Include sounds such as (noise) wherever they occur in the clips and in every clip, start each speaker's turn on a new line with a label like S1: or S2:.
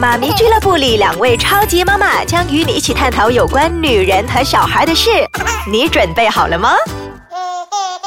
S1: 妈咪俱乐部里，两位超级妈妈将与你一起探讨有关女人和小孩的事，你准备好了吗？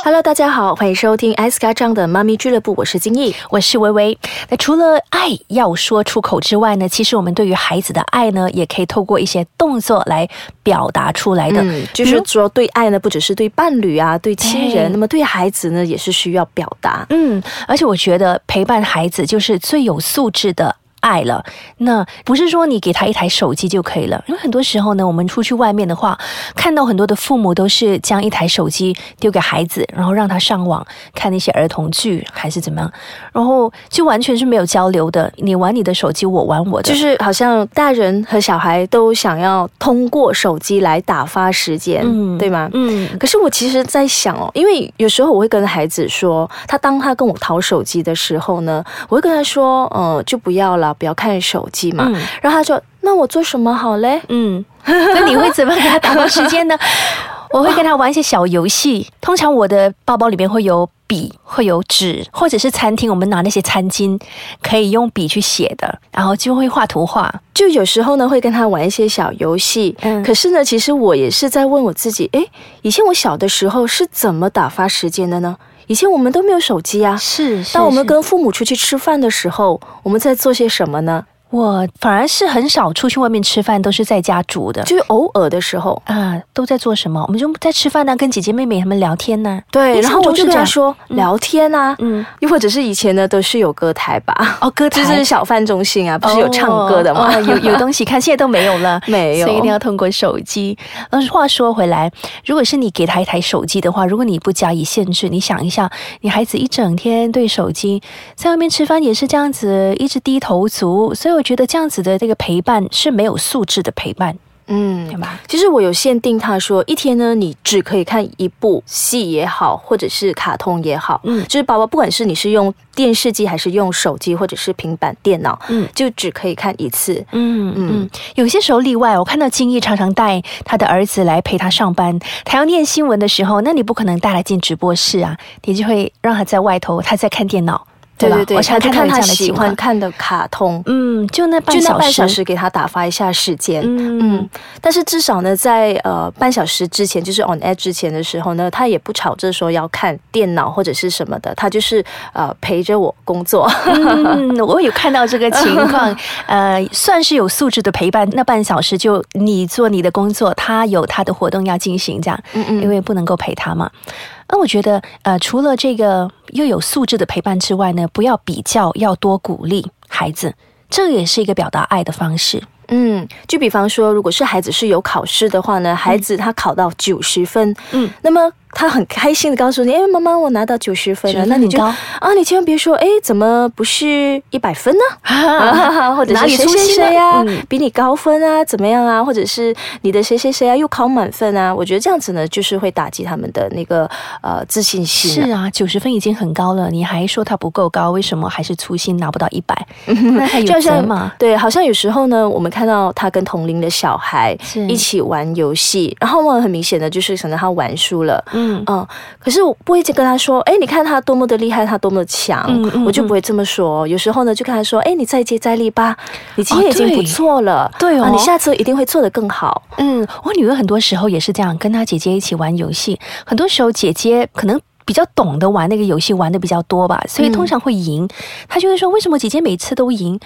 S2: Hello，大家好，欢迎收听艾斯卡张的妈咪俱乐部，我是金毅。
S3: 我是微微。那除了爱要说出口之外呢，其实我们对于孩子的爱呢，也可以透过一些动作来表达出来的。
S2: 嗯，就
S3: 比
S2: 是
S3: 如哎
S2: 说对爱呢，不只是对伴侣啊，对亲
S3: 对
S2: 人，那么对孩子呢，也是需要表达。
S3: 嗯，而且我觉得陪伴孩子就是最有素质的。爱了，那不是说你给他一台手机就可以了，因为很多时候呢，我们出去外面的话，看到很多的父母都是将一台手机丢给孩子，然后让他上网看那些儿童剧还是怎么样，然后就完全是没有交流的，你玩你的手机，我玩我的，
S2: 就是好像大人和小孩都想要通过手机来打发时间，
S3: 嗯
S2: 对吗？
S3: 嗯，
S2: 可是我其实在想哦，因为有时候我会跟孩子说，他当他跟我讨手机的时候呢，我会跟他说，呃，就不要了，不要看手机嘛。
S3: 嗯
S2: 然后他说，那我做什么好嘞？
S3: (laughs) 嗯，那你会怎么给他打发时间呢？ (laughs) 我会跟他玩一些小游戏。通常我的包包里面会有笔，会有纸，或者是餐厅我们拿那些餐巾，可以用笔去写的，然后就会画图画。
S2: 就有时候呢会跟他玩一些小游戏，
S3: 嗯
S2: 可是呢，其实我也是在问我自己，诶，以前我小的时候是怎么打发时间的呢？以前我们都没有手机啊。
S3: 是，
S2: 当我们跟父母出去吃饭的时候，我们在做些什么呢？
S3: 我反而是很少出去外面吃饭，都是在家煮的。
S2: 就是偶尔的时候，
S3: 啊，都在做什么？我们就在吃饭啊呢、跟姐姐妹妹她们聊天呢、
S2: 对，
S3: 印
S2: 然
S3: 象
S2: 后我
S3: 中
S2: 就是啊跟
S3: 这
S2: 他
S3: 样
S2: 说、聊天啊，
S3: 嗯，
S2: 又或者是以前呢都是有歌台吧，
S3: 哦，歌
S2: 就
S3: 台
S2: 是小贩中心啊，不是有唱歌的吗？，
S3: 哦哦哦有有东西看，现在都没有了
S2: (laughs) 没有
S3: 所以一定要通过手机。呃，话说回来，如果是你给他一台手机的话，如果你不加以限制，你想一下，你孩子一整天对手机，在外面吃饭也是这样子，一直低头族，所以我觉得这样子的这个陪伴是没有素质的陪伴，
S2: 嗯
S3: 对。吧？
S2: 其实我有限定，他说一天呢，你只可以看一部戏也好，或者是卡通也好，
S3: 嗯
S2: 就是包括不管是你是用电视机还是用手机或者是平板电脑，
S3: 嗯
S2: 就只可以看一次。
S3: 嗯
S2: 嗯
S3: 嗯，有些时候例外，我看到金毅常常带他的儿子来陪他上班，他要念新闻的时候，那你不可能带他进直播室啊，你就会让他在外头，他在看电脑，吧？
S2: 对对，
S3: 我常
S2: 就
S3: 常
S2: 看
S3: 看到
S2: 他
S3: 有这样的
S2: 喜
S3: 情
S2: 欢
S3: 况。
S2: 看的卡通，
S3: 嗯，就那半
S2: 就那
S3: 小时，
S2: 半小时给他打发一下时间。
S3: 嗯
S2: 嗯，但是至少呢，在呃半小时之前，就是 on air 之前的时候呢，他也不吵着说要看电脑或者是什么的，他就是呃陪着我工作。
S3: 嗯，我有看到这个情
S2: (laughs)
S3: 况，呃，算是有素质的陪伴。那半小时就你做你的工作，他有他的活动要进行，这样，
S2: 嗯 (laughs) 嗯
S3: 因为不能够陪他嘛。那我觉得，呃，除了这个又有素质的陪伴之外呢，不要比较，要多鼓励孩子，这也是一个表达爱的方式。
S2: 嗯，就比方说，如果是孩子是有考试的话呢，孩子他考到九十分，
S3: 嗯，
S2: 那么他很开心的告诉你，哎，妈妈，我拿到九十分了，
S3: 90
S2: 那你就
S3: 很高
S2: 啊，你千万别说，哎，怎么不是一百分
S3: (laughs)
S2: 呢？啊，或者
S3: 哪
S2: 是
S3: 里
S2: 谁
S3: 粗
S2: 谁
S3: 心呢
S2: 谁啊，
S3: 嗯
S2: 比你高分啊，怎么样啊？或者是你的谁谁谁啊，又考满分啊？我觉得这样子呢，就是会打击他们的那个呃自信心、啊。
S3: 是啊，九十分已经很高了，你还说他不够高，为什么还是粗心拿不到一
S2: (laughs)
S3: 百？那还
S2: 就
S3: 有责
S2: 像
S3: 骂。
S2: 对，好像有时候呢，我们看到他跟同龄的小孩
S3: 是
S2: 一起玩游戏，然后我很明显的就是可能他玩输了，
S3: 嗯，
S2: 嗯，可是我不会一直跟他说，哎，你看他多么的厉害，他多么的强，
S3: 嗯嗯
S2: 我就
S3: 嗯
S2: 不会这么说。有时候呢，就跟他说，哎，你再接再厉吧，你今
S3: 哦
S2: 天已经不
S3: 对
S2: 错了，
S3: 对
S2: 啊，你
S3: 哦
S2: 下次一定会做得更好。
S3: 嗯，我女儿很多时候也是这样，跟她姐姐一起玩游戏。很多时候姐姐可能比较懂得玩那个游戏，玩的比较多
S2: 嗯
S3: 吧，所以通常会赢。她就会说：“为什么姐姐每次都赢？”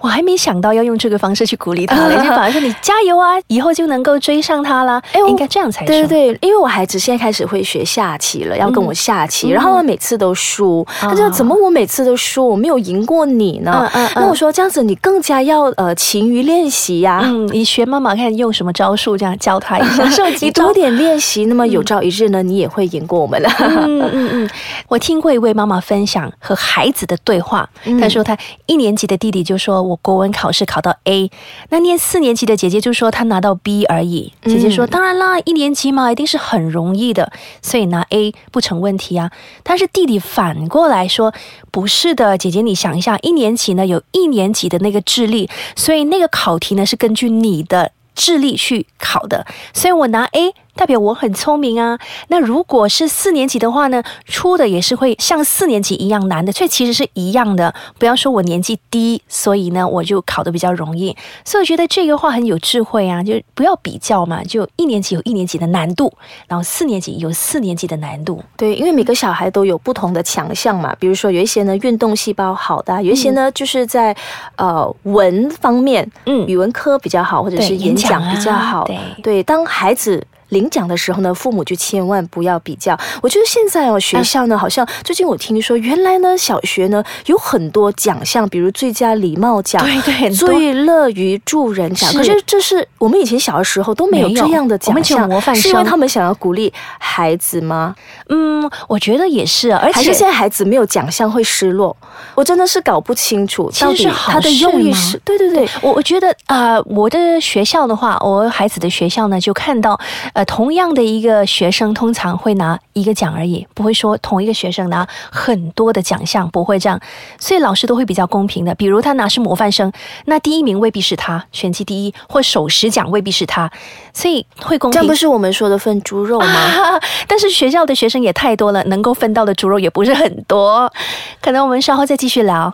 S3: 我还没想到要用这个方式去鼓励她
S2: (laughs)
S3: 嘞，就反而说：“你加油啊，以后就能够追上她啦。”
S2: 哎我
S3: 应该这样才
S2: 对
S3: 是。
S2: 对对，因为我孩子现在开始会学下棋了，要跟我下棋，然后他每次都输，他就
S3: 嗯啊
S2: 怎么我每次都输，我没有赢过你呢？
S3: 嗯嗯
S2: 那我
S3: 嗯
S2: 说这样子你更加要呃勤于练习呀、
S3: 嗯，你学妈妈看用什么招数，这样教她一
S2: (laughs)
S3: 下。手
S2: 你
S3: 机
S2: 多点练习，那么有朝一日呢，你也会赢过我
S3: (laughs)
S2: 们的。
S3: 嗯嗯嗯，我听过一位妈妈分享和孩子的对话，
S2: 嗯
S3: 她说她一年级的弟弟就说我国文考试考到 A，那念四年级的姐姐就说她拿到 B 而已。姐姐说、
S2: 嗯
S3: 当然啦，一年级嘛，一定是很容易的，所以拿 A 不成问题啊。但是弟弟反过来说不是的，姐姐你想一下，一年级呢有一年级的那个智力，所以那个考题呢是根据你的智力去考的，所以我拿 A，代表我很聪明啊。那如果是四年级的话呢，出的也是会像四年级一样难的，所以其实是一样的。不要说我年纪低，所以呢我就考得比较容易。所以我觉得这个话很有智慧啊，就不要比较嘛，就一年级有一年级的难度，然后四年级有四年级的难度。
S2: 对，因为每个小孩都有不同的强项嘛，比如说有一些呢运动细胞好的啊、有一些呢、就是在呃文方面，
S3: 嗯
S2: 语文科比较好，或者
S3: 对
S2: 是演讲比较好。
S3: 演讲啊对
S2: 当孩子。领奖的时候呢，父母就千万不要比较。我觉得现在哦，
S3: 嗯
S2: 学校呢，好像最近我听说，原来呢，小学呢有很多奖项，比如最佳礼貌奖、
S3: 对对，很多
S2: 最乐于助人奖。
S3: 是
S2: 可是这是我们以前小的时候都没有
S3: 没有
S2: 这样的奖项，
S3: 我们只有模范生
S2: 是因为他们想要鼓励孩子吗？
S3: 嗯，我觉得也是啊，而
S2: 还
S3: 且
S2: 是现在孩子没有奖项会失落？我真的是搞不清楚
S3: 其实
S2: 到底
S3: 是好
S2: 他的用意
S3: 事
S2: 是……对对对，
S3: 我我觉得啊、呃我的学校的话，我孩子的学校呢，就看到呃，同样的一个学生，通常会拿一个奖而已，不会说同一个学生拿很多的奖项，不会这样，所以老师都会比较公平的。比如他拿是模范生，那第一名未必是他，拳击第一或首十奖未必是他，所以会公
S2: 这样
S3: 平 (laughs)
S2: 不。是我们说的份猪肉吗？
S3: 啊但是学校的学生也太多了，能够分到的猪肉也不是很多，可能我们稍后再继续聊。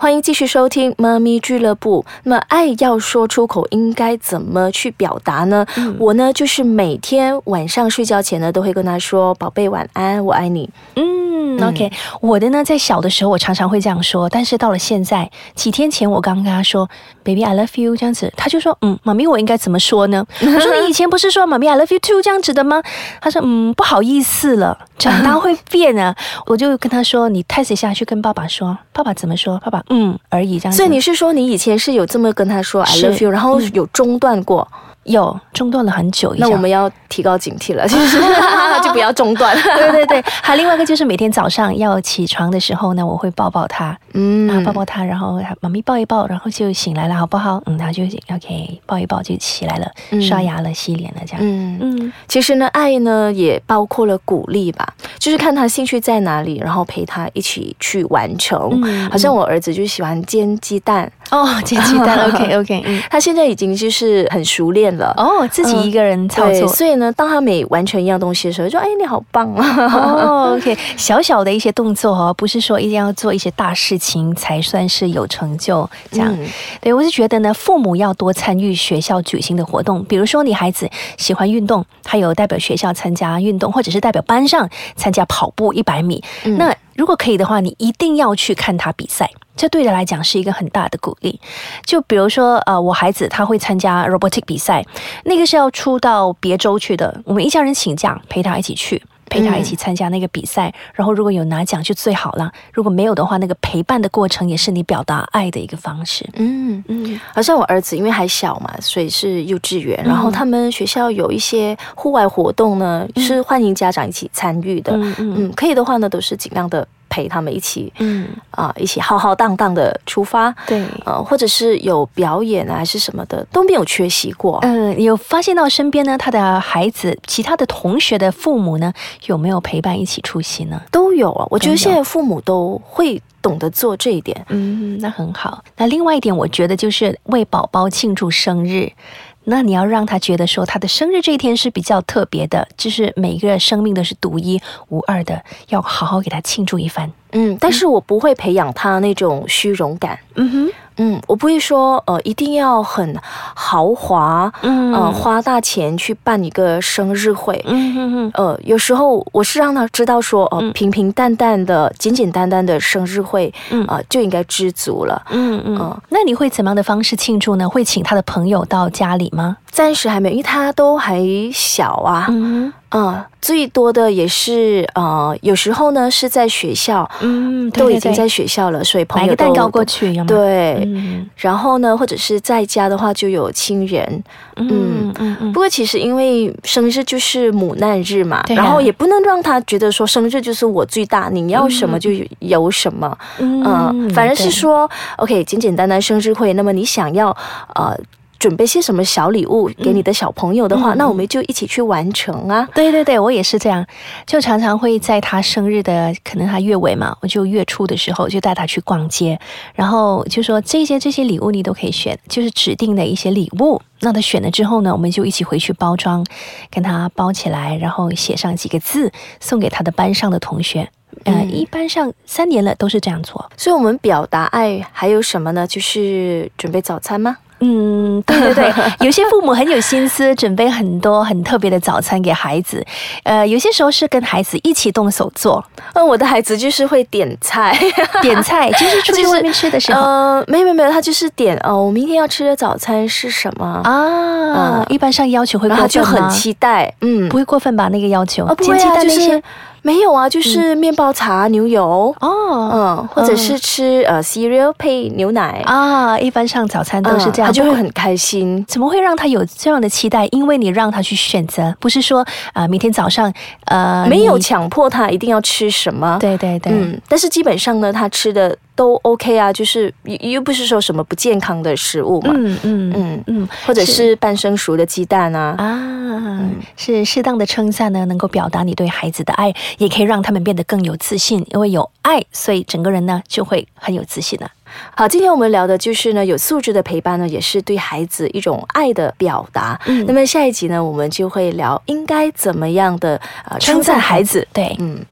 S2: 欢迎继续收听《妈咪俱乐部》。那么，爱要说出口，应该怎么去表达呢？
S3: 嗯
S2: 我呢，就是每天晚上睡觉前呢，都会跟他说：“宝贝，晚安，我爱你。
S3: 嗯，OK，我的呢，在小的时候我常常会这样说，但是到了现在，几天前我刚跟他说，baby I love you 这样子，他就说，嗯，妈咪我应该怎么说呢？ (laughs) 我说你以前不是说妈咪 I love you too 这样子的吗？他说，嗯，不好意思了，长大会变啊。 (laughs) 我就跟他说，你 test 一下去跟爸爸说，爸爸怎么说？爸爸嗯而已这”样子。
S2: 所以你是说你以前是有这么跟他说 “I
S3: 是
S2: love you”，然后有中断过？
S3: 有中断了很久一下，
S2: 那我们要提高警惕了，就是 (laughs) 就不要中断。
S3: (laughs) 对对对，还有另外一个就是每天早上要起床的时候呢，我会抱抱他，啊，
S2: 嗯
S3: 抱抱他，然后妈咪抱一抱，然后就醒来了，好不好？嗯，他就 OK，抱一抱就起来了，
S2: 嗯
S3: 刷牙了，洗脸了，这样。
S2: 嗯，
S3: 嗯，
S2: 其实呢，爱呢也包括了鼓励吧，就是看他兴趣在哪里，然后陪他一起去完成。
S3: 嗯
S2: 好像我儿子就喜欢煎鸡蛋，
S3: 哦，煎鸡蛋，OK (laughs) OK，嗯，
S2: 他现在已经就是很熟练了。
S3: 哦，自己一个人操
S2: 对，
S3: 作。
S2: 所以呢，当他每完成一样东西的时候，就说：“哎，你好棒啊！”
S3: 哦，OK，小 (laughs) 小的一些动作哦，不是说一定要做一些大事情才算是有成就。这样，
S2: 嗯
S3: 对我是觉得呢，父母要多参与学校举行的活动，比如说你孩子喜欢运动，他有代表学校参加运动，或者是代表班上参加跑步一百米。那如果可以的话，你一定要去看他比赛。这对他来讲是一个很大的鼓励，就比如说，呃，我孩子他会参加 robotic 比赛，那个是要出到别州去的，我们一家人请假陪他一起去，陪他一起参加那个比赛。然后如果有拿奖就最好了，如果没有的话，那个陪伴的过程也是你表达爱的一个方式。
S2: 嗯，
S3: 嗯，
S2: 好像我儿子因为还小嘛，所以是幼稚园，然后他们学校有一些户外活动呢，是欢迎家长一起参与的。
S3: 嗯嗯
S2: 嗯，可以的话呢，都是尽量的陪他们一起
S3: 嗯，
S2: 啊、一起浩浩荡荡的出发。
S3: 对。
S2: 呃，或者是有表演啊，还是什么的，都没有缺席过。
S3: 嗯、有发现到身边呢，他的孩子、其他的同学的父母呢，有没有陪伴一起出席呢？
S2: 都有啊。我觉得
S3: 都有
S2: 现在父母都会懂得做这一点。
S3: 嗯，那很好。那另外一点，我觉得就是为宝宝庆祝生日。那你要让他觉得说他的生日这一天是比较特别的，就是每个生命都是独一无二的，要好好给他庆祝一番。
S2: 嗯，但是我不会培养他那种虚荣感。
S3: 嗯哼，
S2: 嗯，我不会说呃，一定要很豪华，
S3: 嗯
S2: 呃，花大钱去办一个生日会。
S3: 嗯哼哼，
S2: 呃，有时候我是让他知道说，
S3: 嗯
S2: 呃，平平淡淡的、简简单单的生日会，
S3: 嗯
S2: 啊、就应该知足了。
S3: 嗯嗯
S2: 嗯。
S3: 那你会怎么样的方式庆祝呢？会请他的朋友到家里吗？
S2: 暂时还没有，因为他都还小啊，
S3: 嗯
S2: 嗯，最多的也是呃，有时候呢是在学校，
S3: 嗯，对
S2: 都
S3: 对
S2: 已经
S3: 对
S2: 在学校了，所以朋
S3: 买
S2: 友
S3: 个蛋
S2: 都
S3: 糕过去，有吗？
S2: 对。
S3: 嗯，
S2: 然后呢，或者是在家的话，就有亲人。
S3: 嗯嗯嗯
S2: 不过其实因为生日就是母难日嘛，
S3: 对啊
S2: 然后也不能让他觉得说生日就是我最大，你要什么就有什么。嗯，反正是
S3: 嗯对
S2: 说，OK，简简单单生日会，那么你想要呃准备些什么小礼物给
S3: 嗯
S2: 你的小朋友的话，那我们就一起去完成啊。
S3: 对对对，我也是这样，就常常会在他生日的，可能他月尾嘛，我就月初的时候就带他去逛街，然后就说这些这些礼物你都可以选，就是指定的一些礼物。那他选了之后呢，我们就一起回去包装，跟他包起来，然后写上几个字送给他的班上的同学。呃，
S2: 嗯
S3: 一般上三年了都是这样做。
S2: 所以，我们表达爱还有什么呢？就是准备早餐吗？
S3: 嗯，对
S2: (laughs)
S3: 对对，有些父母很有心思，准备很多很特别的早餐给孩子。呃，有些时候是跟孩子一起动手
S2: (laughs)
S3: 做，
S2: 嗯，我的孩子就是会点菜，
S3: 点菜，就是出
S2: 就
S3: 去
S2: 是
S3: 外面吃的时候、
S2: 呃，没有没有没有，他就是点哦，我明天要吃的早餐是什么？
S3: 啊
S2: 呃。
S3: 一般上要求会
S2: 然
S3: 过
S2: 后
S3: 分
S2: 他就很
S3: 吗
S2: 期待，嗯
S3: 不，会过分吧？那个要求，
S2: 啊不会
S3: 煎鸡
S2: 啊，
S3: 蛋
S2: 就
S3: 那些嗯
S2: 是没有啊，就是面包茶、牛油，
S3: 哦
S2: 嗯，或者是吃呃 cereal 配牛奶，
S3: 啊，一般上早餐都是这
S2: 嗯
S3: 样，
S2: 他就
S3: 不
S2: 会
S3: 过
S2: 很开心。
S3: 怎么会让他有这样的期待？因为你让他去选择，不是说啊、明天早上呃
S2: 没有
S3: 你
S2: 强迫他一定要吃什么，
S3: 对对对，
S2: 嗯，但是基本上呢，他吃的都 OK 啊，就是又又不是说什么不健康的食物嘛，
S3: 嗯嗯
S2: 嗯，
S3: 嗯
S2: 或者
S3: 是
S2: 是半生熟的鸡蛋啊，
S3: 啊，是适当的称赞呢，能够表达你对孩子的爱，也可以让他们变得更有自信，因为有爱，所以整个人呢就会很有自信了。
S2: 好，今天我们聊的就是呢，有素质的陪伴呢，也是对孩子一种爱的表达。
S3: 嗯
S2: 那么下一集呢，我们就会聊应该怎么样的呃称
S3: 称赞
S2: 赞
S3: 孩
S2: 孩子。
S3: 对，
S2: 嗯。